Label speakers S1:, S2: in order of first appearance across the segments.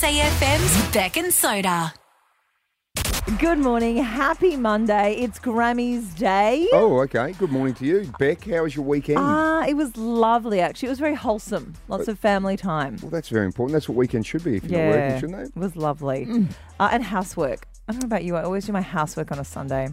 S1: SAFM's Beck and Soda.
S2: Good morning. Happy Monday. It's Grammys Day.
S3: Oh, okay. Good morning to you, Beck. How was your weekend?
S2: Ah, it was lovely actually. It was very wholesome. Lots of family time.
S3: well, that's very important. That's what weekends should be if you're not working, shouldn't Mm.
S2: It was lovely. Uh, and housework. I don't know about you. I always do my housework on a Sunday.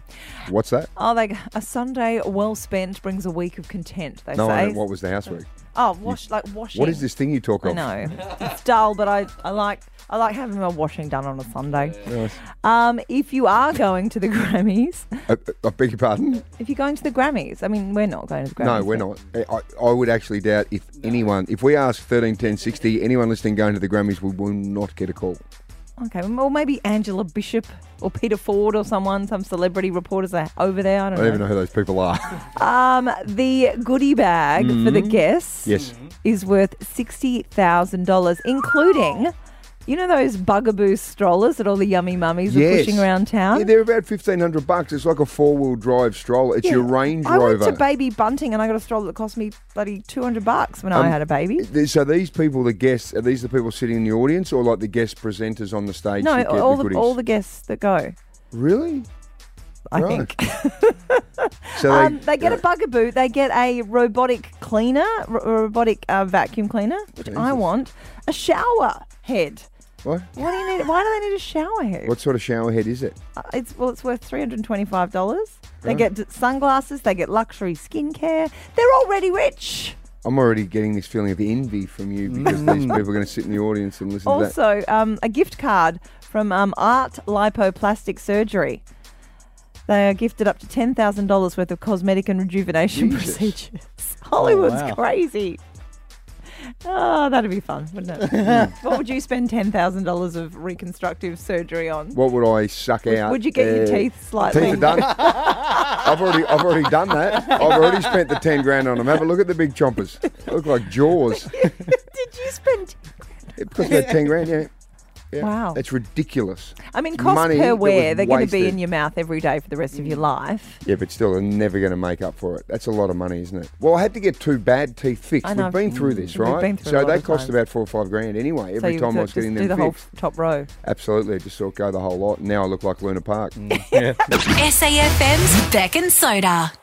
S3: they? What's that?
S2: Oh, like a Sunday well spent brings a week of content. They
S3: No, I
S2: say.
S3: don't, what was the housework?
S2: oh, wash like washing.
S3: What is this thing you talk
S2: I
S3: of?
S2: know it's dull, but I, I like I like having my washing done on a Sunday.
S3: Nice.
S2: Um, if you are going to the Grammys,
S3: I, I beg your pardon?
S2: if you're going to the Grammys, I mean we're not going to the Grammys.
S3: No, we're
S2: but-
S3: not. I, I I would actually doubt if anyone, if we ask 13, 10, 60, anyone listening going to the Grammys, we will not get a call.
S2: Okay, well, maybe Angela Bishop or Peter Ford or someone, some celebrity reporters are over there. I don't,
S3: I don't even know who those people are.
S2: Um, the goodie bag for the guests
S3: Mm-hmm. yes.
S2: is worth $60,000, including, you know, those bugaboo strollers that all the yummy mummies are pushing around town?
S3: Yeah, they're about 1500 bucks. It's like a four wheel drive stroller. It's your
S2: Yeah.
S3: Range
S2: I
S3: Rover.
S2: went to Baby Bunting and I got a stroller that cost me bloody 200 bucks when I
S3: Um,
S2: had a baby.
S3: Th- So these people, the guests, are these the people sitting in the audience, or like the guest presenters on the stage?
S2: No,
S3: that get
S2: all
S3: the,
S2: the,
S3: goodies?
S2: all the guests that go,
S3: really.
S2: I
S3: Right.
S2: think.
S3: So uh, they,
S2: Um, they get a bugaboo. They get a robotic cleaner, ro- robotic uh, vacuum cleaner, which I
S3: Jesus.
S2: want. A shower head.
S3: what?
S2: What do you need? Why do they need a shower head?
S3: What sort of shower head is it?
S2: Uh, It's well, it's worth three hundred and twenty-five dollars. They
S3: Right.
S2: get d- sunglasses. They get luxury skincare. They're already rich.
S3: I'm already getting this feeling of envy from you because these people are going to sit in the audience and listen to that.
S2: Also, um, a gift card from um, Art Lipoplastic Surgery. They are gifted up to ten thousand dollars worth of cosmetic and rejuvenation
S3: Jesus. Oh,
S2: procedures. Hollywood's
S4: wow.
S2: crazy. Oh, that'd be fun, wouldn't it?
S3: Mm.
S2: what would you spend ten thousand dollars of reconstructive surgery on?
S3: What would I suck out?
S2: Would you get your
S3: Uh,
S2: teeth slightly?
S3: Teeth are done. I've already, I've already done that. I've already spent the ten grand on them. Have a look at the big chompers. Look like jaws.
S2: Did you spend?
S3: It cost about ten grand. Yeah. Yeah.
S2: Wow.
S3: That's ridiculous.
S2: I mean,
S3: It's
S2: cost
S3: money
S2: per
S3: that was
S2: wear, they're going to be
S3: wasted.
S2: in your mouth every day for the rest of your life.
S3: Yeah, but still, they're never going to make up for it. That's a lot of money, isn't it? Well, I had to get two bad teeth fixed.
S2: I know. Mm,
S3: We've been through this,
S2: We've
S3: right?
S2: been through a
S3: so
S2: lot
S3: they
S2: of
S3: cost
S2: times.
S3: about four or five grand anyway. Every
S2: you
S3: time I was
S2: just
S3: getting
S2: do
S3: them
S2: the whole
S3: fixed.
S2: top row.
S3: Absolutely, it just sort of go the whole lot. Now I look like Luna Park.
S1: SAFM's Beck and Soda.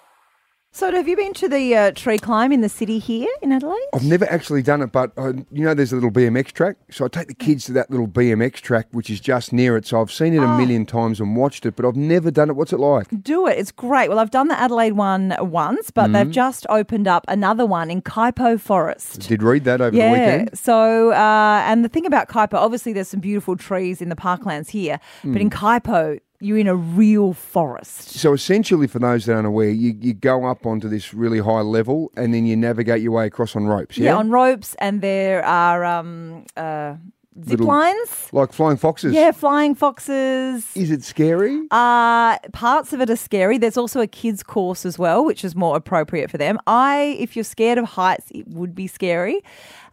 S2: So, have you been to the uh, tree climb in the city here in Adelaide?
S3: I've never actually done it, but I, you know, there's a little BMX track. So I take the kids to that little BMX track, which is just near it. So I've seen
S2: Ah.
S3: it a million times and watched it, but I've never done it. What's it like?
S2: Do it. It's great. Well, I've done the Adelaide one once, but they've just opened up another one in Kaipo Forest.
S3: Did read that over the
S2: Yeah.
S3: weekend.
S2: So, uh, and the thing about Kaipo, obviously, there's some beautiful trees in the parklands here, but in Kaipo, you're in a real forest.
S3: So essentially, for those that aren't aware, you, you go up onto this really high level and then you navigate your way across on ropes. Yeah,
S2: Yeah, on ropes, and there are um, uh, zip
S3: Little-
S2: lines.
S3: like flying foxes.
S2: Yeah, flying foxes.
S3: Is it scary?
S2: Uh, parts of it are scary. There's also a kids' course as well, which is more appropriate for them. I, if you're scared of heights, it would be scary.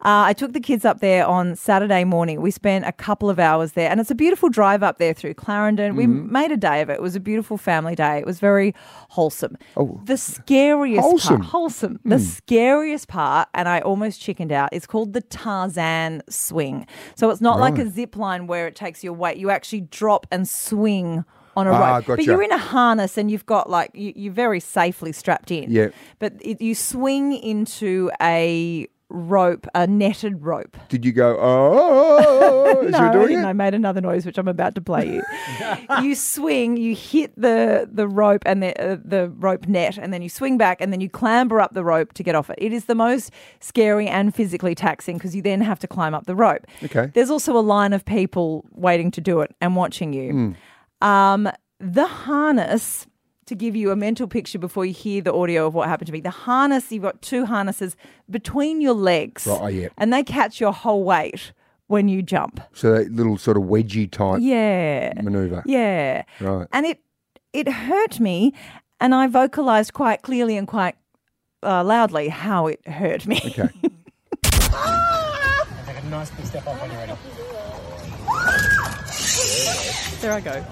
S2: Uh, I took the kids up there on Saturday morning. We spent a couple of hours there, and it's a beautiful drive up there through Clarendon. We
S3: Mm.
S2: made a day of it. It was a beautiful family day. It was very wholesome.
S3: Oh.
S2: the scariest
S3: Wholesome.
S2: part, wholesome.
S3: Mm.
S2: The scariest part, and I almost chickened out. It's called the Tarzan swing. So it's not like a zip line where it takes your weight. You actually drop and swing on a
S3: Ah,
S2: rope. But
S3: gotcha.
S2: you're in a harness and you've got like you, you're very safely strapped in.
S3: Yeah.
S2: But it, you swing into a rope, a netted rope.
S3: Did you go, oh, as
S2: no,
S3: you're
S2: I
S3: doing
S2: didn't.
S3: it?
S2: I made another noise, which I'm about to play you. you swing, you hit the the rope and the uh, the rope net, and then you swing back, and then you clamber up the rope to get off it. It is the most scary and physically taxing because you then have to climb up the rope.
S3: Okay.
S2: There's also a line of people waiting to do it and watching
S3: Hmm.
S2: you. Um, the harness. To give you a mental picture before you hear the audio of what happened to me, the harness, you've got two harnesses between your legs.
S3: Right, oh, yeah.
S2: And they catch your whole weight when you jump.
S3: So that little sort of wedgie type
S2: Yeah.
S3: maneuver.
S2: Yeah.
S3: Right.
S2: And it it hurt me and I vocalized quite clearly and quite uh, loudly how it hurt me.
S3: Okay.
S2: there I go.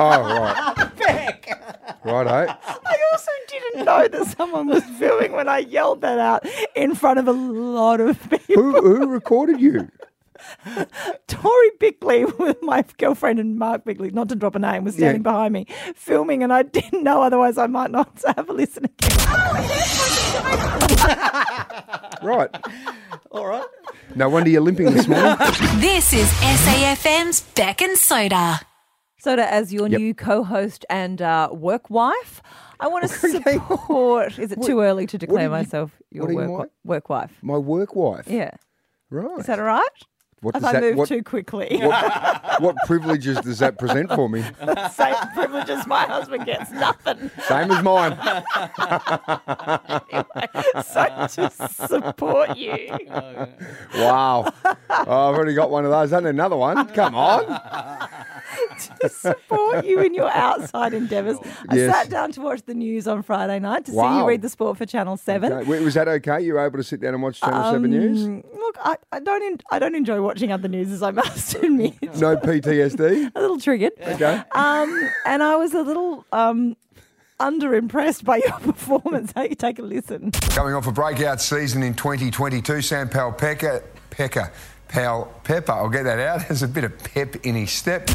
S3: Oh, right. Righto.
S2: I also didn't didn't know that someone was filming when I yelled that out in front of a lot of people.
S3: Who, who recorded you?
S2: Tori Bickley with my girlfriend and Mark Bickley, not to drop a name, was standing
S3: Yeah.
S2: behind me filming, and I didn't know. Otherwise, I might not have a listen again.
S3: Right.
S4: All right.
S3: No wonder you're limping this morning.
S1: This is SAFM's Beck and Soda.
S2: Soda, as your
S3: Yep.
S2: new co-host and uh, work wife, I want to support. Is it too early to declare
S3: you-
S2: myself your
S3: what do you
S2: work,
S3: want?
S2: wi- work wife?
S3: My work wife.
S2: Yeah,
S3: Right.
S2: is that all right?
S3: what
S2: Have
S3: does
S2: I
S3: that,
S2: moved
S3: what,
S2: too quickly?
S3: what, what privileges does that present for me?
S2: Same privileges my husband gets. Nothing.
S3: Same as mine.
S2: So to support you.
S3: Wow. Oh, I've already got one of those. And another one. Come on.
S2: support you in your outside endeavours.
S3: Yes.
S2: I sat down to watch the news on Friday night to see
S3: Wow.
S2: you read the sport for Channel Seven.
S3: Okay. Wait, Was that okay? You were able to sit down and watch Channel 7 News?
S2: Mm, Look, I, I don't en- I don't enjoy watching other news, as I must admit.
S3: No PTSD?
S2: a little triggered.
S3: Okay.
S2: Um, and I was a little um, underimpressed by your performance. Hey, take a listen.
S5: Coming off a breakout season in 2022, Sam Powell Pecker, Pecker, Powell Pepper, I'll get that out, has a bit of pep in his step.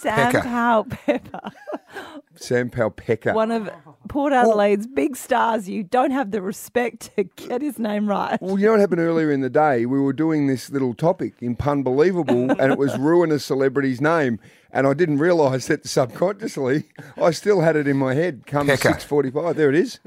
S2: Sam
S5: Pepper.
S2: Powell Pepper,
S3: Sam Palpecker.
S2: one of Port Adelaide's big stars. You don't have the respect to get his name right.
S3: Well, you know what happened earlier in the day? We were doing this little topic in Pun Believable, and it was ruin a celebrity's name. And I didn't realise that subconsciously, I still had it in my head. Come
S5: Pecker.
S3: six forty-five, there it is.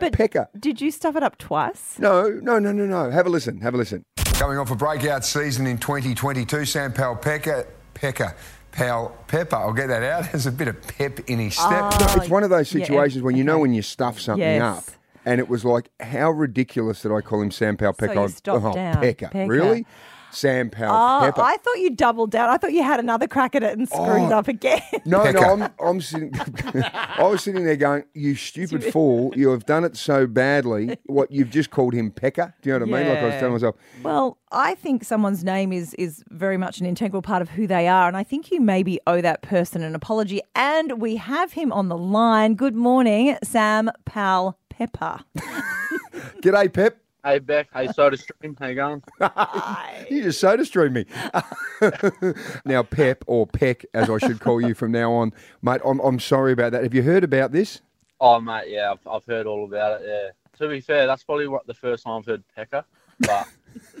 S2: But
S3: Pecker.
S2: did you stuff it up twice?
S3: No, no, no, no, no. Have a listen. Have a listen.
S5: Coming off a breakout season in 2022, Sam Powell Pecker, Pecker, Powell Pepper, I'll get that out, has a bit of pep in his step.
S3: No, it's one of those
S2: Ah, yeah,
S3: situations when you know when you stuff something
S2: Yes.
S3: up. And it was like, how ridiculous that I call him Sam Powell Pecker.
S2: you
S3: I-
S2: stopped
S3: oh,
S2: down.
S3: Pecker.
S2: Pecker.
S3: Really? Sam Powell
S2: Oh,
S3: Pepper.
S2: I thought you doubled down. I thought you had another crack at it and screwed
S3: Oh.
S2: up again.
S3: No,
S5: Pecker.
S3: no, I'm, I'm sitting. I was sitting there going, "You stupid fool! You have done it so badly. What you've just called him Pecker? Do you know what I mean? Like I was
S2: Yeah.
S3: telling myself,
S2: Well, I think someone's name is is very much an integral part of who they are, and I think you maybe owe that person an apology. And we have him on the line. Good morning, Sam Powell Pepper.
S3: "G'day, Pep.
S6: Hey Beck, hey Soda Stream, how you going?
S3: You just soda stream me." now, Pep or Peck, as I should call you from now on, mate. I'm, I'm sorry about that. Have you heard about this?
S6: Oh mate, yeah, I've, I've heard all about it. Yeah. To be fair, that's probably what the first time I've heard Pecker, but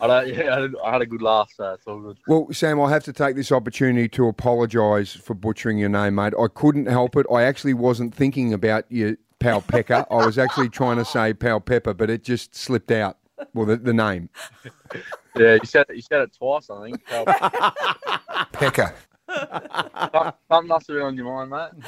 S6: I don't. Yeah, I, did- I had a good laugh, so it's all good.
S3: Well, Sam, I have to take this opportunity to apologise for butchering your name, mate. I couldn't help it. I actually wasn't thinking about you, Pal Pecker. I was actually trying to say Pal Pepper, but it just slipped out. Well, the, the name.
S6: Yeah, you said it, you said it twice, I think. So,
S5: Pecker.
S6: some- Something must have been on your mind, mate.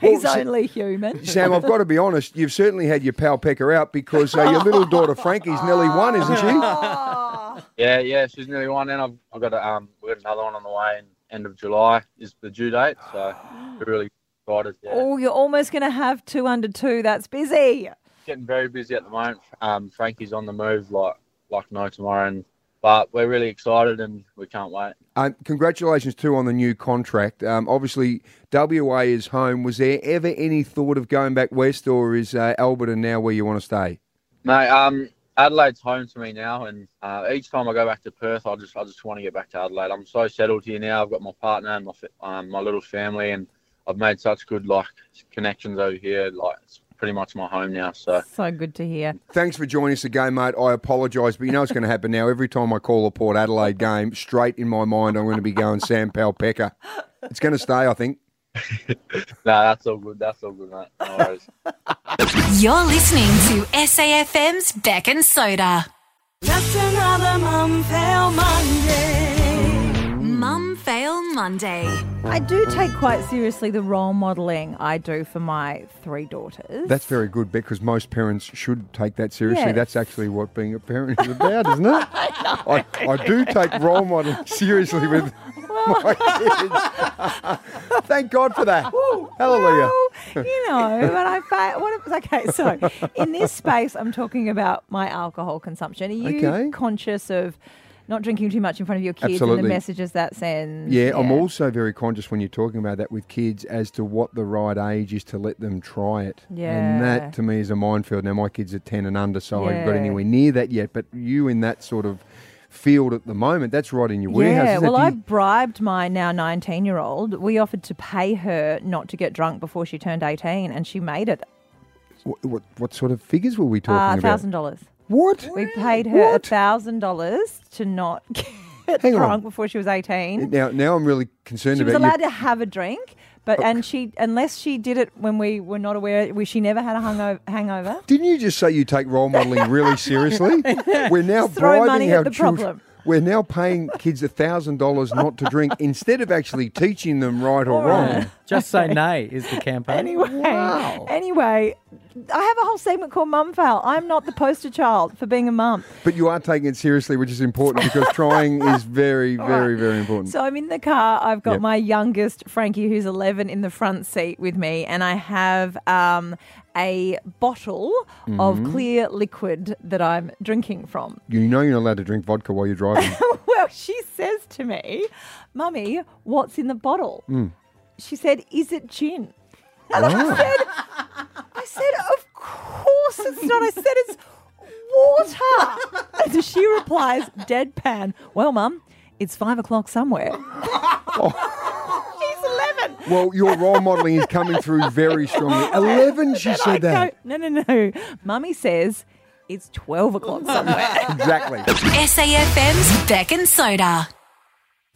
S2: He's
S3: Well, Sa-
S2: only human.
S3: Sam, I've got to be honest. You've certainly had your Pal Pecker out because uh, your little daughter Frankie's nearly one, isn't she?
S2: Oh,
S6: Yeah, yeah, she's nearly one, and I've, I've got a, um, we got another one on the way. In end of July is the due date, so we're really excited. Yeah.
S2: Oh, you're almost going to have two under two. That's busy.
S6: getting very busy at the moment. Um, Frankie's on the move, like like no tomorrow, and but we're really excited and we can't wait.
S3: Um, congratulations too on the new contract. Um, obviously, WA is home. Was there ever any thought of going back west, or is uh, Alberta now where you want to stay?
S6: No, um, Adelaide's home to me now, and uh, each time I go back to Perth, I just I just want to get back to Adelaide. I'm so settled here now. I've got my partner and my fa- um, my little family, and I've made such good like connections over here. Like it's pretty much my home now. So
S2: So good to hear.
S3: Thanks for joining us again, mate. I apologise, but you know what's going to happen now. Every time I call a Port Adelaide game, straight in my mind, I'm going to be going Sam Palpecker. It's going to stay, I think.
S6: no, that's all good. That's all good, mate. No worries.
S1: You're listening to SAFM's Beck and Soda. Just another Mum Fail Monday. Mum Fail Monday.
S2: I do take quite seriously the role modelling I do for my three daughters.
S3: That's very good, Beck, because most parents should take that seriously.
S2: Yes.
S3: That's actually what being a parent is about, isn't it? I, I do take role modeling seriously with my kids. Thank God for that. Hallelujah.
S2: Well, you know, but I fa- what if, okay. So in this space, I'm talking about my alcohol consumption. Are you
S3: Okay.
S2: conscious of Not drinking too much in front of your kids and
S3: Absolutely.
S2: the messages that sends.
S3: Yeah, I'm also very conscious when you're talking about that with kids as to what the right age is to let them try it.
S2: Yeah.
S3: And that to me is a minefield. Now, my kids are 10 and under, so I haven't got
S2: Yeah.
S3: anywhere near that yet. But you in that sort of field at the moment, that's right in your wheelhouse.
S2: Yeah,
S3: isn't it?
S2: well,
S3: Do
S2: I
S3: you-
S2: bribed my now 19 year old. We offered to pay her not to get drunk before she turned 18, and she made it
S3: What, what, what sort of figures were we
S2: uh,
S3: talking about?
S2: $1,000.
S3: What?
S2: We paid her a
S3: What?
S2: $1,000 to not get
S3: Hang on.
S2: drunk before she was 18.
S3: Now, now I'm really concerned
S2: She was
S3: about
S2: allowed
S3: you.
S2: to have a drink. But and she unless she did it when we were not aware, we, she never had a hungover. hangover.
S3: Didn't you just say you take role modelling really seriously? We're now
S2: Just throw
S3: bribing
S2: money at
S3: our
S2: the
S3: children.
S2: problem.
S3: We're now paying kids thousand dollars not to drink instead of actually teaching them right or wrong.
S4: Uh, Just say nay is the campaign.
S2: Anyway,
S3: Wow.
S2: anyway, I have a whole segment called Mum Fail. I'm not the poster child for being a mum.
S3: But you are taking it seriously, which is important because trying is very, very, very important.
S2: So I'm in the car. I've got
S3: Yep.
S2: my youngest Frankie, who's 11, in the front seat with me, and I have um, a bottle
S3: Mm-hmm.
S2: of clear liquid that I'm drinking from.
S3: you know you're not allowed to drink vodka while you're driving.
S2: well, she says to me, "Mummy, what's in the bottle?"
S3: Mm.
S2: She said, "Is it gin?"
S3: wow.
S2: I said, "Of course it's not." I said, "It's water." And she replies, deadpan, "Well, Mum, it's five o'clock somewhere." She's eleven.
S3: Well, your role modelling is coming through very strongly. Eleven, she
S2: I
S3: said that.
S2: go, no, no, no. Mummy says it's 12 o'clock somewhere.
S3: Exactly.
S1: SAFM's Beck and Soda.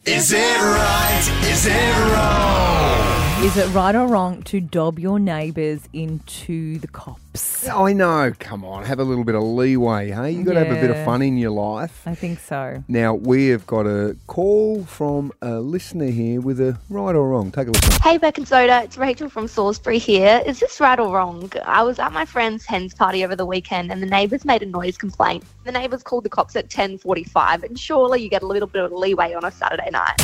S7: Is it right? Is it wrong?
S2: Is it right or wrong to dob your neighbours into the cops?
S3: I know. Come on, have a little bit of leeway, hey? You got to have a bit of
S2: Yeah.
S3: fun in your life.
S2: I think so.
S3: Now we have got a call from a listener here with a right or wrong. Take a listen.
S8: Hey Beck and Soda, it's Rachel from Salisbury here. Is this right or wrong? I was at my friend's hen's party over the weekend and the neighbours made a noise complaint. The neighbours called the cops at 10.45 and surely you get a little bit of leeway on a Saturday night.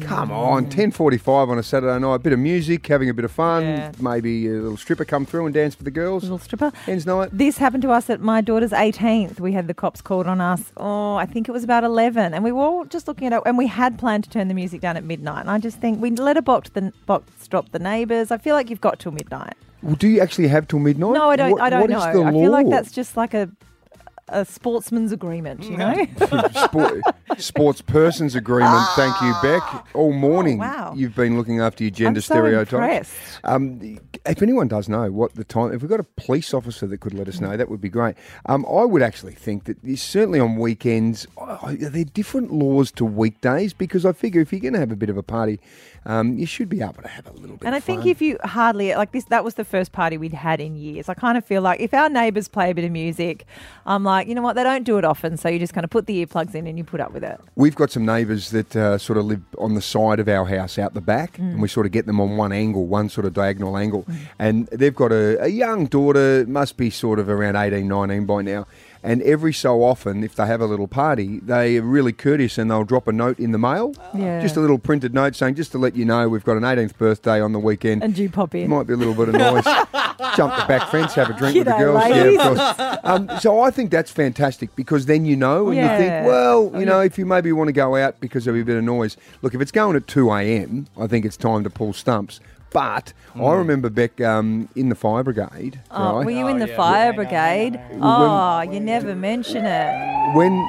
S3: Come on, ten forty-five on a Saturday night, a bit of music, having a bit of fun,
S2: Yeah.
S3: maybe a little stripper come through and dance for the girls.
S2: Little stripper.
S3: Ends night.
S2: This happened to us at my daughter's 18th. We had the cops called on us. Oh, I think it was about 11. And we were all just looking at it. And we had planned to turn the music down at midnight. And I just think we let a box, the, box drop the neighbours. I feel like you've got till midnight.
S3: Well, do you actually have till midnight?
S2: No, I don't.
S3: What-
S2: I don't
S3: what
S2: know.
S3: is
S2: I
S3: the
S2: feel like
S3: law?
S2: that's just like a a sportsman's agreement, you know.
S3: Sport, sports persons agreement. Thank you, Beck. All morning,
S2: Oh, wow.
S3: you've been looking after your gender
S2: so
S3: stereotypes.
S2: impressed.
S3: Um, if anyone does know what the time, if we've got a police officer that could let us know, that would be great. Um, I would actually think that you- certainly on weekends, I- are there different laws to weekdays? Because I figure if you're going to have a bit of a party, um, you should be able to have a little bit.
S2: And I
S3: of
S2: think
S3: fun.
S2: if you hardly like this, that was the first party we'd had in years. I kind of feel like if our neighbours play a bit of music, I'm like, you know what? They don't do it often, so you just kind of put the earplugs in and you put up with it.
S3: We've got some neighbours that uh, sort of live on the side of our house out the back, and
S2: Mm.
S3: we sort of get them on one angle, one sort of diagonal angle. And they've got a, a young daughter, must be sort of around 18, 19 by now. And every so often, if they have a little party, they are really courteous and they'll drop a note in the mail.
S2: Yeah.
S3: Just a little printed note saying, just to let you know, we've got an 18th birthday on the weekend.
S2: And you pop in.
S3: Might be a little bit of noise. Jump the back fence, have a drink with the
S2: G'day,
S3: girls.
S2: ladies.
S3: Yeah, of course. Um, so I think that's fantastic because then you know and you
S2: Yeah.
S3: think, well, you know, if you maybe want to go out because there'll be a bit of noise. Look, if it's going at 2 a.m., I think it's time to pull stumps. But I remember Beck um, in the fire brigade,
S2: Hmm. Oh,
S3: right?
S2: were you in the fire brigade? Oh, you never mention it.
S3: when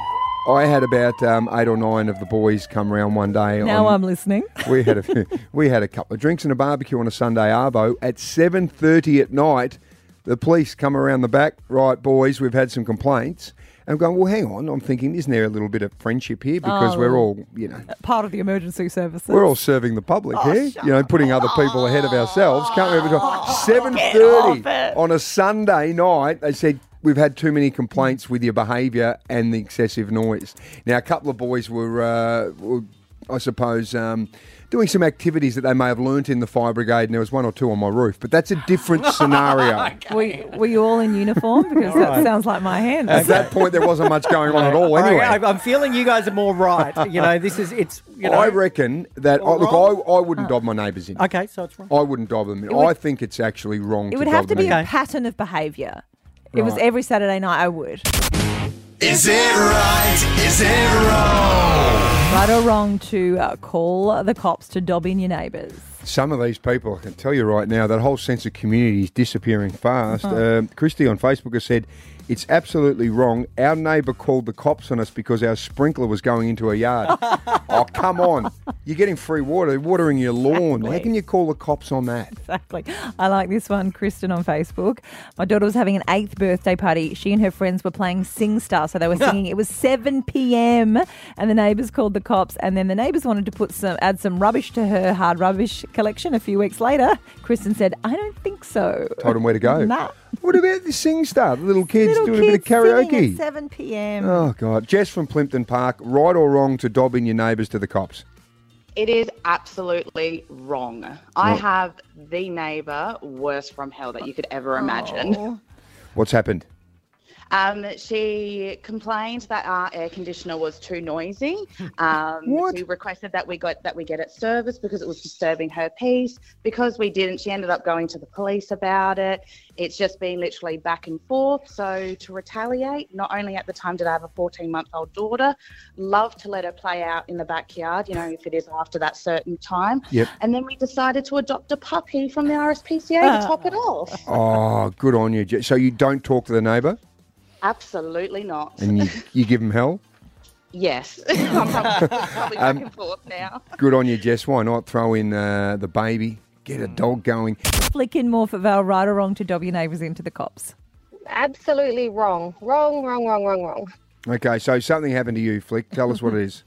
S3: I had about um, eight or nine of the boys come round one day.
S2: Now
S3: on,
S2: I'm listening.
S3: we had a we had a couple of drinks and a barbecue on a Sunday arvo at seven thirty at night. The police come around the back, right, boys? We've had some complaints. And I'm going, well, hang on. I'm thinking, isn't there a little bit of friendship here because we're all, you know,
S2: Part of the emergency services.
S3: we're all serving the public here, you know, putting other people ahead of ourselves. Can't we ever Seven thirty on a Sunday night, they said we've had too many complaints with your behaviour and the excessive noise. Now, a couple of boys were, uh, were I suppose. Um, Doing some activities that they may have learnt in the fire brigade, and there was one or two on my roof, but that's a different scenario. At
S2: Were, were you all in uniform? Because that sounds like my hand.
S3: that point, there wasn't much going on at all,
S4: I-
S3: anyway.
S4: I, am feeling you guys are more right. You know, this is it's. You know,
S3: I reckon that, I,
S4: Or
S3: look,
S4: wrong.
S3: I, I wouldn't dob my neighbours in.
S4: okay, so it's wrong.
S3: I wouldn't dob them in.
S2: would-
S3: I think it's actually wrong
S2: It
S3: to
S2: would
S3: dob
S2: have to
S3: them
S2: be
S3: in.
S2: a pattern of behaviour. It was
S3: Right.
S2: every Saturday night I would.
S7: Is it right? Is it wrong?
S2: Right or wrong to uh, call the cops to dob in your neighbours.
S3: Some of these people, I can tell you right now, that whole sense of community is disappearing fast.
S2: Uh-huh.
S3: Um, Christy on Facebook has said, It's absolutely wrong. Our neighbour called the cops on us because our sprinkler was going into her yard. oh, come on. You're getting free water, they're watering your lawn. How can you call the cops on that?
S2: Exactly. I like this one, Kristen on Facebook. My daughter was having an eighth birthday party. She and her friends were playing Sing Star, so they were singing. it was 7 p.m. and the neighbours called the cops, and then the neighbours wanted to put some add some rubbish to her hard rubbish collection. A few weeks later, Kristen said, "I don't think so."
S3: Told them where to go.
S2: Nah.
S3: What about the sing star? The little kids
S2: Little
S3: doing a bit of
S2: kids singing
S3: karaoke.
S2: at 7 p.m.
S3: Oh God, Jess from Plimpton Park. Right or wrong to dob in your neighbours to the cops?
S9: It is absolutely wrong. I have the neighbour worse from hell that you could ever imagine.
S3: What's happened?
S9: Um, she complained that our air conditioner was too noisy. Um,
S3: What?
S9: She requested that we got that we get it serviced because it was disturbing her peace. Because we didn't, she ended up going to the police about it. It's just been literally back and forth. So to retaliate, not only at the time did I have a 14 month old daughter, love to let her play out in the backyard. You know, if it is after that certain time.
S3: Yep.
S9: And then we decided to adopt a puppy from the RSPCA to top it off.
S3: Oh, good on you, Jess. So you don't talk to the neighbour
S9: Absolutely not.
S3: and you, you give them hell.
S9: Yes. I'm probably, probably back
S3: Um,
S9: and forth now.
S3: Good on you, Jess. Why not throw in uh, the baby? Get a dog going.
S2: Flicking more for Val, right or wrong to dob your neighbours into the cops.
S8: Absolutely wrong. Wrong, wrong, wrong, wrong, wrong.
S3: Okay, so something happened to you, Flick. Tell us what it is.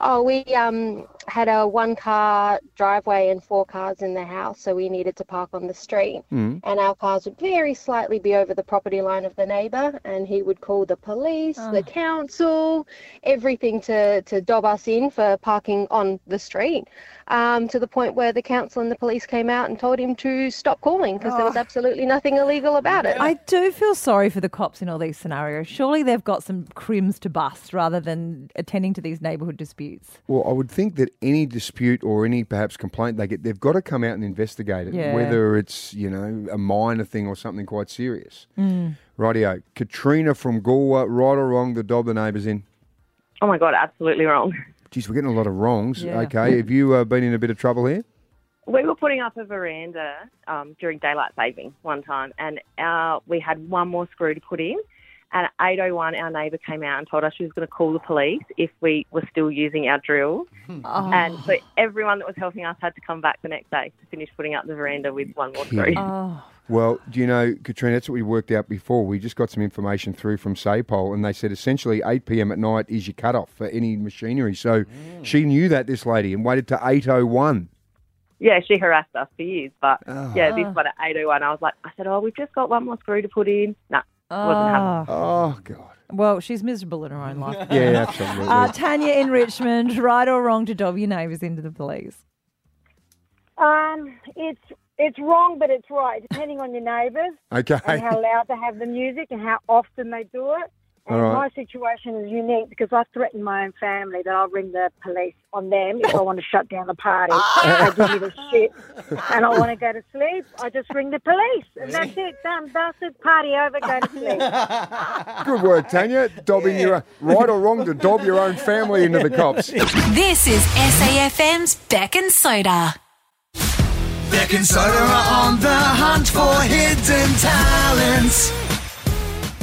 S8: Oh, we um had a one car driveway and four cars in the house, so we needed to park on the street. And our cars would very slightly be over the property line of the neighbour, and he would call the police, the council, everything to, to dob us in for parking on the street. Um, to the point where the council and the police came out and told him to stop calling because there
S10: Oh.
S8: was absolutely nothing illegal about it.
S2: I do feel sorry for the cops in all these scenarios. Surely they've got some crims to bust rather than attending to these neighbourhood disputes.
S3: Well, I would think that any dispute or any perhaps complaint they get, they've got to come out and investigate it,
S2: Yeah.
S3: whether it's you know a minor thing or something quite serious.
S2: Mm.
S3: Rightio, Katrina from Galway. Right or wrong, the dob the neighbours in.
S10: Oh my god, absolutely wrong.
S3: Geez, we're getting a lot of wrongs.
S2: Yeah.
S3: Okay, have you uh, been in a bit of trouble here?
S10: We were putting up a veranda um, during daylight saving one time, and our, we had one more screw to put in. And at 8.01, our neighbour came out and told us she was going to call the police if we were still using our drills. And so everyone that was helping us had to come back the next day to finish putting up the veranda with one more screw.
S3: Kidding. Well, do you know, Katrina, that's what we worked out before. We just got some information through from SAPOL, and they said essentially 8 p.m. at night is your cutoff for any machinery. So she knew that, this lady, and waited to 8.01.
S10: Yeah, she harassed us for years, but yeah, this one at 8.01, I was like, I said, oh, we've just got one more screw to put in. No, wasn't happening.
S3: Oh, God.
S2: Well, she's miserable in her own life.
S3: Yeah, absolutely.
S2: Uh, Tanya in Richmond, right or wrong to dob your neighbours into the police?
S11: Um, it's it's wrong, but it's right, depending on your neighbours and
S3: okay.
S11: how loud they have the music and how often they do it. And
S3: All right.
S11: my situation is unique because I threatened my own family that I'll ring the police on them
S3: Oh.
S11: if I want to shut down the party.
S3: Ah.
S11: I give you the shit, and I want to go to sleep. I just ring the police, and that's it. Done, dusted, party over, go to sleep.
S3: Good work, Tanya. Dobbing your right or wrong to dob your own family into the cops.
S1: This is SAFM's Beck and Soda.
S7: Beck and Soda are on the hunt for hidden talents.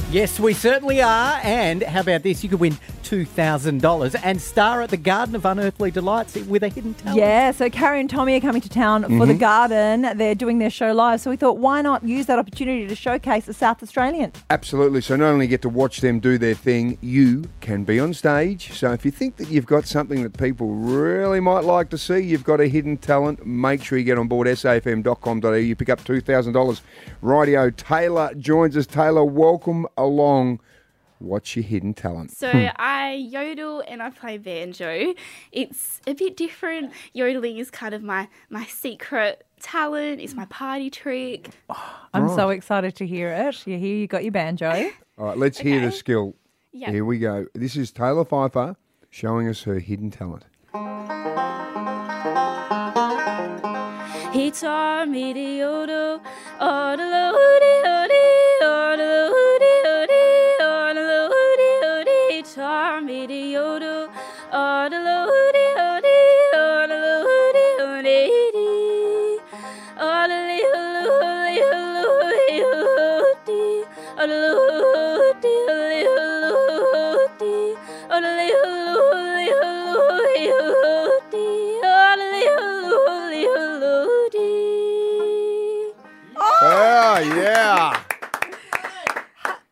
S4: Yes, we certainly are. And how about this? You could win $2,000 and star at the Garden of Unearthly Delights with a hidden talent.
S2: Yeah, so Carrie and Tommy are coming to town for the garden. They're doing their show live. So we thought, why not use that opportunity to showcase the South Australian?
S3: Absolutely. So not only get to watch them do their thing, you can be on stage. So if you think that you've got something that people really might like to see, you've got a hidden talent, make sure you get on board safm.com.au. You pick up $2,000. Rightio, Taylor joins us. Taylor, welcome along. What's your hidden talent?
S11: So I yodel and I play banjo. It's a bit different. Yodeling is kind of my my secret talent. It's my party trick.
S2: I'm so excited to hear it. You're here, you got your banjo.
S3: All right, let's hear the skill. Here we go. This is Taylor Pfeiffer showing us her hidden talent.
S11: He taught me to yodel. Odelo-dee-odee, odelo-dee-odee, odelo-dee-odee,
S12: Armidiodo, Ardelodi, Odi, Ardelodi, Odi, Ardeli, Hululi, Hululi, Huludi, Ardelodi, Hululi, Huludi, Ardeli, Hululi, Hululi, Huludi, Ardeli, Hululi, Huludi.
S3: Oh, yeah.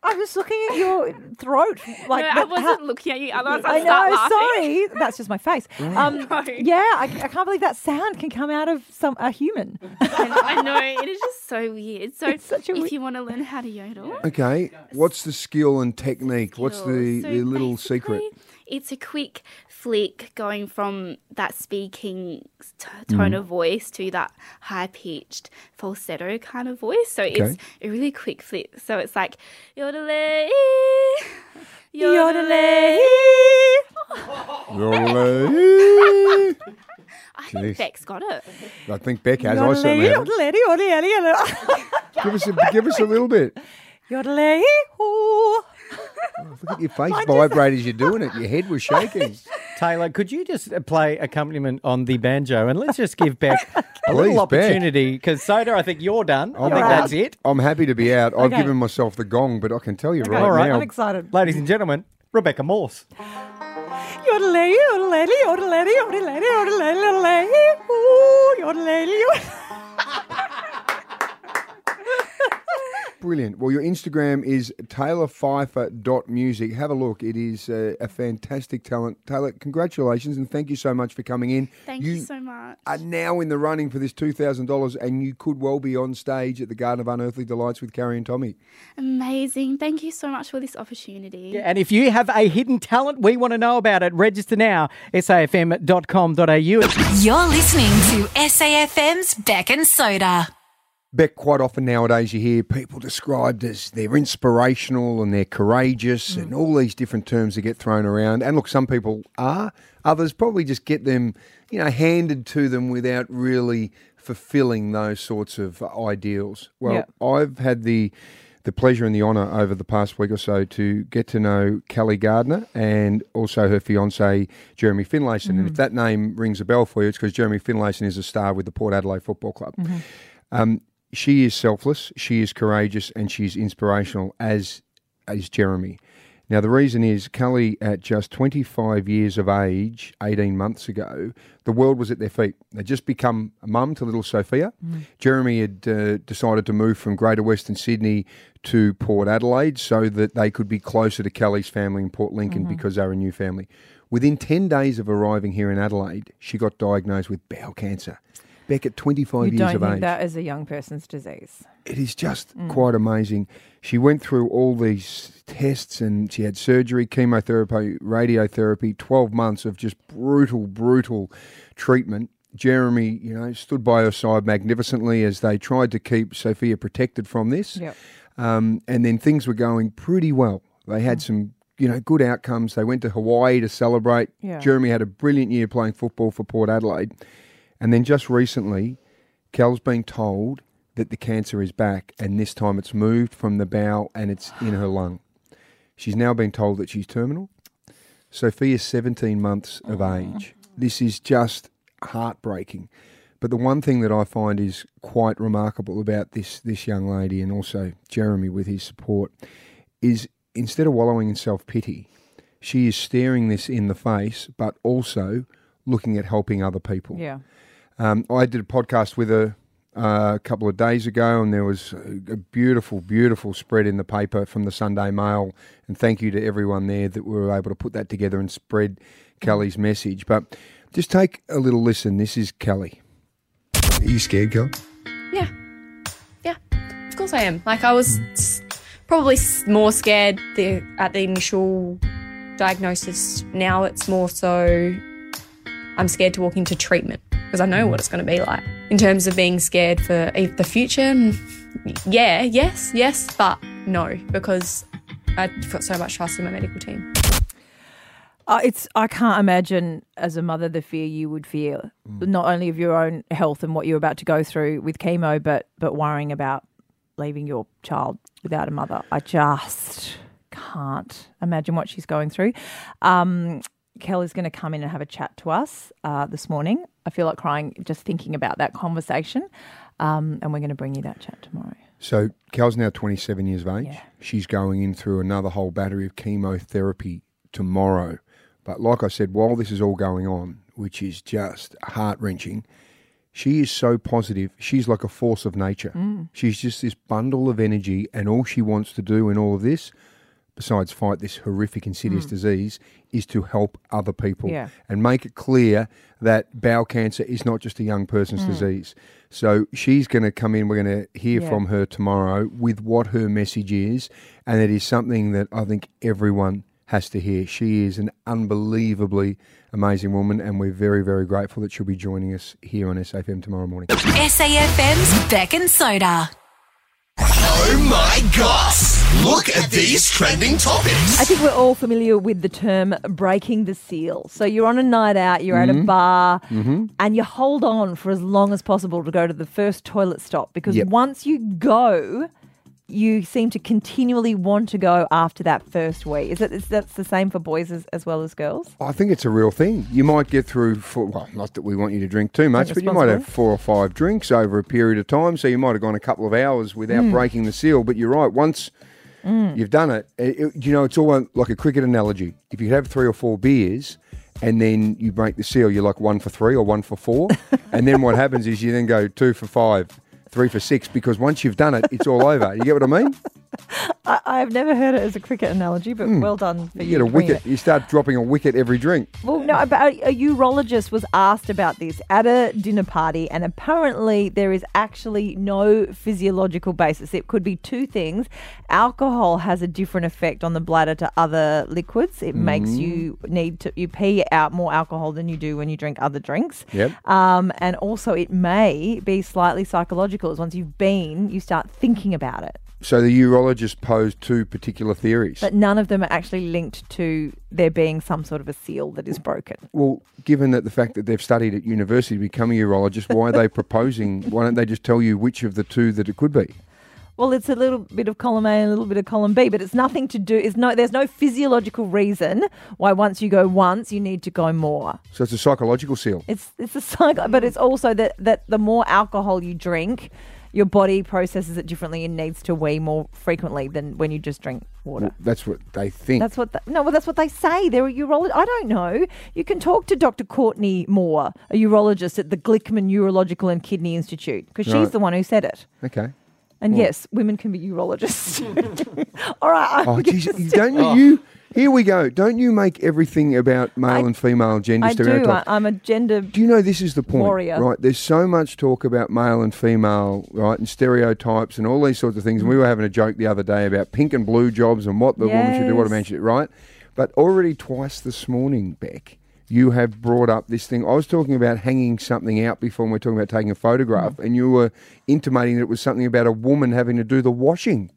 S2: I'm just looking at your throat. Like
S12: no, I
S2: that-
S12: wasn't looking at you. Otherwise,
S2: I
S12: I'd start
S2: know.
S12: laughing.
S2: Sorry, that's just my face. Um, Yeah, I, I can't believe that sound can come out of some a human.
S12: I know it is just so weird. So
S2: It's such a
S12: if
S2: weird-
S12: you want to learn how to yodel,
S3: Okay, what's the skill and technique? What's the,
S12: So
S3: the little secret?
S12: it's a quick flick going from that speaking t- tone
S2: Mm-hmm.
S3: Mm.
S12: of voice to that high pitched falsetto kind of voice. So
S3: Okay.
S12: it's a really quick flick. So it's like yodelay,
S2: yodelay.
S3: Yodelay.
S12: I
S3: Jeez.
S12: think Beck's got it.
S3: I think Beck has. I certainly haven't.
S2: Yodelay, yodelay, yodelay.
S3: Give us a, give us a little bit.
S2: Yodelay, ooh.
S3: Look at your face vibrate as you're doing it. Your head was shaking.
S4: Taylor, could you just uh, play accompaniment on the banjo and let's just give Beck a
S3: Please,
S4: little
S3: Beck.
S4: opportunity because Soda, I think you're done. I
S3: I'm-
S4: think that's it.
S3: I'm happy to be out. I've
S4: Okay.
S3: given myself the gong, but I can tell you
S4: Okay.
S3: right,
S4: All right.
S3: now.
S4: I'm
S2: excited.
S4: Ladies and gentlemen, Rebecca Morse.
S2: Yodelay, yodelay, yodelay, yodelay, yodelay, yodelay, ooh, yodelay, yodelay.
S3: Brilliant. Well, your Instagram is taylorpfeiffer.music. Have a look. It is uh, a fantastic talent. Taylor, congratulations and thank you so much for coming in.
S12: Thank you, so much.
S3: Are now in the running for this $2,000 and you could well be on stage at the Garden of Unearthly Delights with Carrie and Tommy.
S12: Amazing. Thank you so much for this opportunity.
S4: And if you have a hidden talent, we want to know about it. Register now, safm.com.au.
S1: You're listening to SAFM's Beck and Soda.
S3: Beck, quite often nowadays you hear people described as they're inspirational and they're courageous and all these different terms that get thrown around. And look, some people are, others probably just get them, you know, handed to them without really fulfilling those sorts of ideals. Well,
S13: Yeah.
S3: I've had the the pleasure and the honour over the past week or so to get to know Kelly Gardner and also her fiance Jeremy Finlayson. And if
S13: Mhm.
S3: that name rings a bell for you, it's because Jeremy Finlayson is a star with the Port Adelaide Football Club.
S13: Mhm.
S3: Um, she is selfless, she is courageous, and she's inspirational, as is Jeremy. Now, the reason is Kelly, at just 25 years of age, 18 months ago, the world was at their feet. They'd just become a mum to little Sophia.
S13: Mm.
S3: Jeremy had uh, decided to move from Greater Western Sydney to Port Adelaide so that they could be closer to Kelly's family in Port Lincoln
S13: Mhm.
S3: because they're a new family. Within 10 days of arriving here in Adelaide, she got diagnosed with bowel cancer. Back at 25
S2: You
S3: years
S2: don't
S3: of
S2: think
S3: age
S2: that is a young person's disease.
S3: it is just
S2: Mm.
S3: quite amazing. She went through all these tests and she had surgery, chemotherapy, radiotherapy, 12 months of just brutal, brutal treatment. Jeremy, you know, stood by her side magnificently as they tried to keep Sophia protected from this.
S13: Yep.
S3: Um, and then things were going pretty well. They
S13: Mm.
S3: had some, you know, good outcomes. They went to Hawaii to celebrate.
S13: Yeah.
S3: Jeremy had a brilliant year playing football for Port Adelaide. And then just recently, Cal's been told that the cancer is back, and this time it's moved from the bowel and it's in her lung. She's now been told that she's terminal. Sophia's 17 months of age. This is just heartbreaking. But the one thing that I find is quite remarkable about this this young lady and also Jeremy with his support is instead of wallowing in self pity, she is staring this in the face, but also looking at helping other people.
S2: Yeah.
S3: Um, I did a podcast with her uh, a couple of days ago, and there was a, a beautiful, beautiful spread in the paper from the Sunday Mail. And thank you to everyone there that were able to put that together and spread Kelly's message. But just take a little listen. This is Kelly. Are you scared, Kelly?
S14: Of course I am. Like I was s- probably s- more scared the, at the initial diagnosis. Now it's more so I'm scared to walk into treatment because I know what it's going to be like. In terms of being scared for e- the future, mm, yeah, yes, yes, but no because I've got so much trust in my medical team.
S2: Uh, it's I can't imagine as a mother the fear you would feel, not only of your own health and what you're about to go through with chemo, but but worrying about leaving your child without a mother. I just can't imagine what she's going through. Um, Kelly's going to come in and have a chat to us uh, this morning. I feel like crying just thinking about that conversation. Um, and we're going to bring you that chat tomorrow.
S3: So Cal's now 27 years of age. She's going in through another whole battery of chemotherapy tomorrow. But like I said, while this is all going on, which is just heart wrenching, she is so positive. She's like a force of nature.
S13: Mm.
S3: She's just this bundle of energy, and all she wants to do in all of this, besides fight this horrific insidious
S13: Mm.
S3: disease, is to help other people
S13: Yeah.
S3: and make it clear that bowel cancer is not just a young person's
S13: Mm.
S3: disease. So she's going to come in. We're going to hear
S13: Yeah.
S3: from her tomorrow with what her message is, and it is something that I think everyone has to hear. She is an unbelievably amazing woman, and we're very, very grateful that she'll be joining us here on SAFM tomorrow morning.
S1: SAFM's Beck and Soda.
S7: Oh my gosh! Look at these trending topics.
S2: I think we're all familiar with the term breaking the seal. So you're on a night out, you're at a
S3: Mm-hmm.
S7: Mhm.
S2: bar,
S7: Mhm.
S2: and you hold on for as long as possible to go to the first toilet stop because
S7: Yep.
S2: once you go, you seem to continually want to go after that first wee. Is that is that's the same for boys as, as well as girls?
S3: I think it's a real thing. You might get through four, well, not that we want you to drink too much,
S2: Drink
S3: but you might have
S2: responsibly.
S3: four or five drinks over a period of time. So you might have gone a couple of hours without
S13: Mm.
S3: breaking the seal. But you're right. Once you've done it, it, it- you know, it's all like a cricket analogy. If you have three or four beers and then you break the seal, you're like one for three or one for four. and then what happens is you then go two for five, three for six, because once you've done it, it's all over. You get what I mean?
S2: I, I've never heard it as a cricket analogy, but well done for
S3: Hmm. You
S2: you.
S3: get a
S2: bringing
S3: wicket.
S2: it.
S3: You start dropping a wicket every drink.
S2: Well, no, but a, a urologist was asked about this at a dinner party, and apparently there is actually no physiological basis. It could be two things. Alcohol has a different effect on the bladder to other liquids. It makes
S15: Mm.
S2: you need to you pee out more alcohol than you do when you drink other drinks.
S15: Yep.
S2: Um, and also, it may be slightly psychological. As once you've been, you start thinking about it.
S3: So the urologist posed two particular theories.
S2: But none of them are actually linked to there being some sort of a seal that is broken.
S3: Well, given that the fact that they've studied at university to become a urologist, why are they proposing? Why don't they just tell you which of the two that it could be?
S2: Well, it's a little bit of column A and a little bit of column B, but it's nothing to do. It's no, there's no physiological reason why once you go once, you need to go more.
S3: So it's a psychological seal.
S2: It's it's a cycle, but it's also that that the more alcohol you drink, your body processes it differently and needs to wee more frequently than when you just drink water.
S3: Well, that's what they think.
S2: That's what the, no, well, that's what they say. They're a urologist. I don't know. You can talk to Dr. Courtney Moore, a urologist at the Glickman Urological and Kidney Institute, because she's
S3: Right.
S2: the one who said it.
S3: okay.
S2: And
S3: Well-
S2: yes, women can be urologists. All right.
S3: Oh,
S2: I'm
S3: geez,
S2: gonna stick-
S3: don't you, you? Here we go. Don't you make everything about male and female gender
S2: I do. I,
S3: stereotypes?
S2: I'm a gender.
S3: Do you know this is the point,
S2: warrior.
S3: right? There's so much talk about male and female, right, and stereotypes and all these sorts of things. And we were having a joke the other day about pink and blue jobs and what the woman should do, what a man
S13: Yes.
S3: should do, right? But already twice this morning, Beck, you have brought up this thing. I was talking about hanging something out before, and we are talking about taking a photograph,
S2: Mm-hmm.
S3: and you were intimating that it was something about a woman having to do the washing.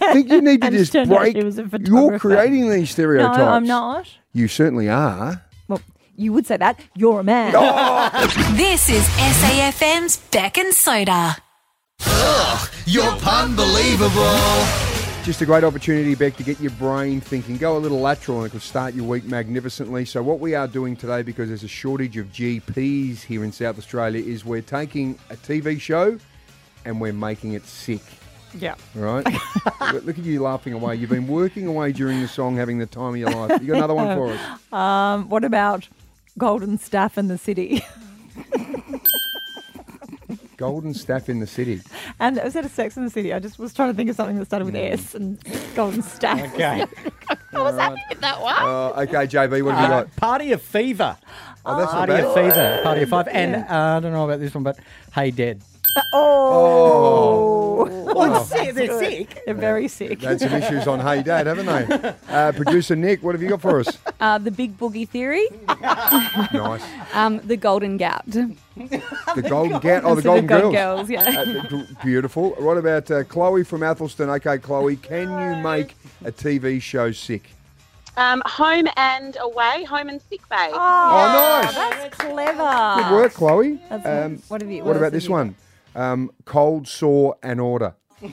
S3: I think you need to
S2: And it
S3: just
S2: turned out
S3: break.
S2: she was a
S3: You're
S2: photographer.
S3: creating these
S2: No,
S3: stereotypes.
S2: I'm not.
S3: You certainly are.
S2: Well, you would say that. You're a man.
S1: This is SAFM's Beck and Soda.
S7: You're unbelievable.
S3: Just a great opportunity, Beck, to get your brain thinking. Go a little lateral and it could start your week magnificently. So, what we are doing today, because there's a shortage of GPs here in South Australia, is we're taking a TV show and we're making it sick.
S2: Yeah.
S3: All right? look, look at you laughing away. You've been working away during the song, having the time of your life. You got another one for us?
S2: Um, what about golden staff in the city?
S3: Golden Staff in the City.
S2: and was that a Sex in the City? I just was trying to think of something that started with
S3: Mm.
S2: S and golden staff.
S4: Uh,
S3: Okay.
S2: what Ah, was that?
S12: That one.
S3: Uh, okay, JB, what have you
S4: Uh,
S3: got?
S4: Party of Fever.
S3: Oh, that's not
S4: Party of
S3: bad.
S4: Fever. Party of Five. And uh, I don't know about this one, but Hey Dead.
S2: Oh.
S4: Well, it's sick- they're
S2: Good.
S4: sick.
S2: They're very sick.
S3: They had some issues on Hey Dad, haven't they? Uh, Producer Nick, what have you got for us?
S16: Uh, the Big Boogie Theory.
S3: Nice.
S16: Um, the Golden Gap.
S3: The Golden Gap. Oh, the Golden
S16: Golden
S3: Girls.
S16: Girls, yeah.
S3: Uh, the gr- beautiful. What about uh, Chloe from Athelstan? Okay, Chloe, can you make a TV show sick?
S17: Um, home and away, home and sick bay.
S3: Oh, nice.
S2: That's
S17: clever.
S3: Good work, Chloe. Um,
S2: That's nice. What have you- what else
S3: What about
S2: have
S3: this
S2: you
S3: one? Um, cold, sore, and order.
S2: Good.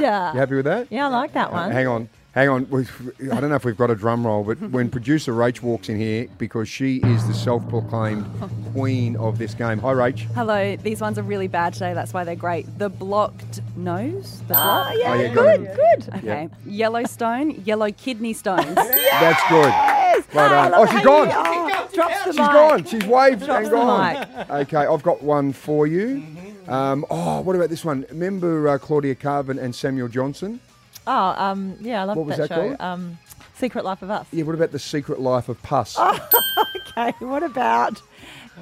S3: You happy with that?
S2: Yeah, I like that
S3: Uh,
S2: one.
S3: hang on. Hang on, we- I don't know if we've got a drum roll, but when producer Rach walks in here, because she is the self-proclaimed queen of this game. Hi, Rach.
S13: Hello, these ones are really bad today. That's why they're great. The blocked nose. The block.
S3: yeah, Oh, yeah, got it.
S13: good.
S3: Yeah.
S13: Okay, Yellowstone, yellow kidney stones.
S3: That's good. Right on. Oh, she's gone.
S13: drops the
S3: She's
S13: mic.
S3: gone. She's waved
S13: Drops
S3: and
S13: the
S3: gone. Okay, I've got one for you. Um, oh, what about this one? Remember uh, Claudia Carvin and Samuel Johnson?
S2: Oh, um, yeah, I love
S3: What was
S2: that,
S3: that
S2: show.
S3: called?
S2: Um, Secret Life of Us.
S3: Yeah, what about The Secret Life of Puss?
S2: Okay, what about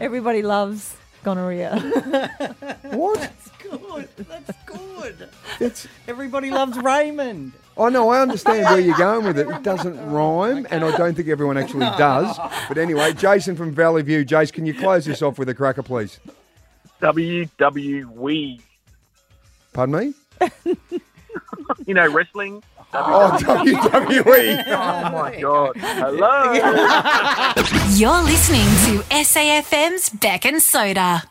S2: everybody loves gonorrhea?
S3: what?
S4: Good. That's good.
S3: It's-
S4: Everybody loves Raymond.
S3: I know, I understand where you're going with it. It doesn't rhyme, and I don't think everyone actually does. But anyway, Jason from Valley View. Jason, can you close this off with a cracker, please?
S15: WWE.
S3: Pardon me?
S15: You know, wrestling.
S3: Oh, E. WWE.
S15: Oh, my God. Hello.
S1: You're listening to SAFM's Beck and Soda.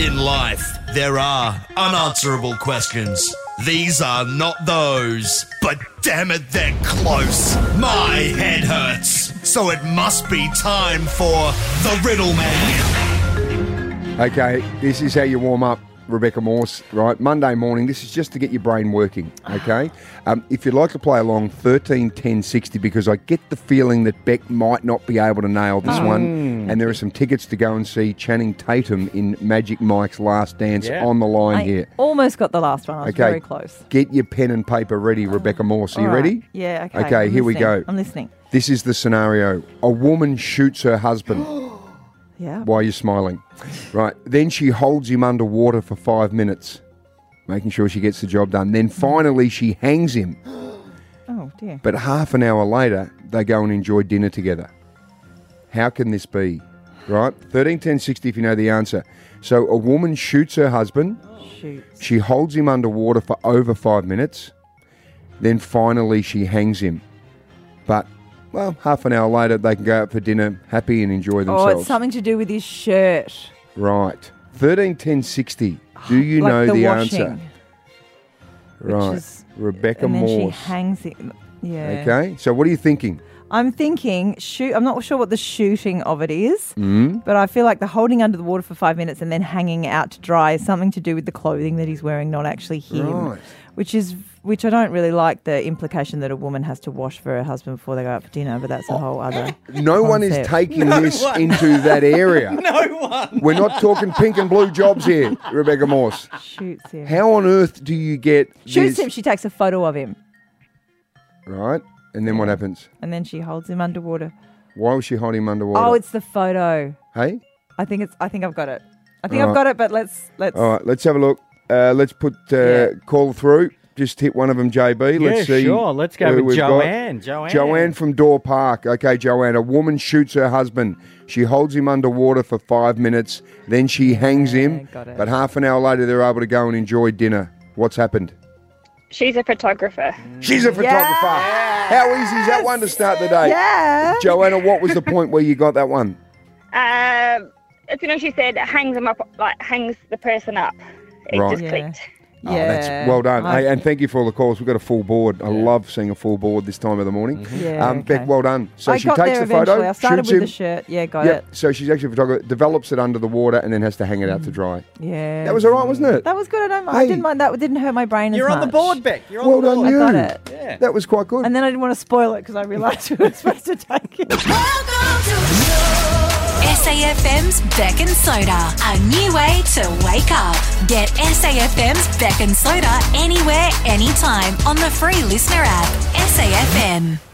S7: In life, there are unanswerable questions. These are not those, but damn it, they're close. My head hurts, so it must be time for the Riddle Man.
S3: Okay, this is how you warm up, Rebecca Morse, right? Monday morning, this is just to get your brain working, okay? Um, if you'd like to play along, 13 10 60, because I get the feeling that Beck might not be able to nail this
S18: Oh.
S3: one. And there are some tickets to go and see Channing Tatum in Magic Mike's Last Dance on the line
S2: I
S3: here.
S2: Almost got the last one. I was
S3: Okay.
S2: very close.
S3: Get your pen and paper ready, Rebecca Morse. Are you
S2: All right.
S3: ready?
S2: Yeah, okay.
S3: Okay,
S2: I'm
S3: here we
S2: listening.
S3: go.
S2: I'm listening.
S3: This is the scenario a woman shoots her husband.
S2: Yeah.
S3: Why are you smiling? Right. Then she holds him underwater for five minutes, making sure she gets the job done. Then finally she hangs him.
S2: Oh, dear.
S3: But half an hour later, they go and enjoy dinner together. How can this be? Right? 13, 10, 60 if you know the answer. So a woman shoots her husband.
S2: Shoot.
S3: She holds him underwater for over five minutes. Then finally she hangs him. But, well, half an hour later, they can go out for dinner happy and enjoy
S2: Oh,
S3: themselves.
S2: it's something to do with his shirt.
S3: Right. 13, 10, 60. Do you
S2: Like
S3: know
S2: the
S3: the,
S2: washing,
S3: answer? Right.
S2: is-
S3: Rebecca
S2: and then she
S3: Morse.
S2: hangs it. Yeah.
S3: Okay. So what are you thinking?
S2: I'm thinking shoot. I'm not sure what the shooting of it is,
S3: Mm.
S2: but I feel like the holding under the water for five minutes and then hanging out to dry is something to do with the clothing that he's wearing, not actually him.
S3: Right.
S2: Which is which I don't really like the implication that a woman has to wash for her husband before they go out for dinner, but
S3: Oh.
S2: that's a whole other.
S3: No one is
S2: concept.
S3: taking this into that area.
S4: no one.
S3: We're not talking pink and blue jobs here, Rebecca Morse.
S2: Shoots him.
S3: How on earth do you get
S2: Shoots
S3: this?
S2: him. She takes a photo of him
S3: Right. And then what happens?
S2: and then she holds him underwater.
S3: Why was she holding him underwater?
S2: Oh, it's the photo.
S3: hey?
S2: I think it's. I think I've got it. I think
S3: Right.
S2: I've got it. But let's let's.
S3: All right. Let's have a look. Uh, let's put uh,
S2: Yeah.
S3: call through. Just hit one of them, JB.
S4: Yeah,
S3: let's see.
S4: sure. Let's go
S3: who
S4: with
S3: we've got.
S4: Joanne. Joanne.
S3: Joanne from Door Park. Okay, Joanne. A woman shoots her husband. She holds him underwater for five minutes. Then she hangs him.
S19: got it.
S3: But half an hour later, they're able to go and enjoy dinner. What's happened?
S19: She's a photographer.
S4: Mm.
S3: She's a photographer. How easy is that one to start the day?
S19: Yeah.
S3: Joanna, what was the point where you got that one?
S19: Um, as soon as she said hangs them up, like hangs the person up, it
S3: Right.
S19: just
S3: Yeah.
S19: clicked.
S3: Oh, that's well done.
S19: I-
S3: Hey, and thank you for all the calls. We've got a full board. I love seeing a full board this time of the morning.
S2: Yeah,
S3: um, Beck,
S2: okay.
S3: well done. So
S2: I
S3: she
S2: got
S3: takes
S2: there
S3: the photo.
S2: eventually. I started
S3: shoots
S2: with
S3: him.
S2: the shirt. Yeah, got
S3: Yep.
S2: it.
S3: So she's actually a photographer, develops it under the water, and then has to hang it out to dry.
S2: Yeah.
S3: That was all right, wasn't it?
S2: That Mm. was good. I, don't, I didn't mind that. It didn't hurt my brain
S4: You're
S2: as
S4: on the
S2: much.
S4: board, Beck. You're on
S3: Well
S4: the
S3: done,
S4: board.
S3: you.
S2: I got it.
S4: Yeah.
S3: That was quite good.
S2: And then I didn't want to spoil it because I realised we were supposed to take it.
S1: SAFM's Beck and Soda, a new way to wake up. Get SAFM's Beck and Soda anywhere, anytime on the free listener app, SAFM.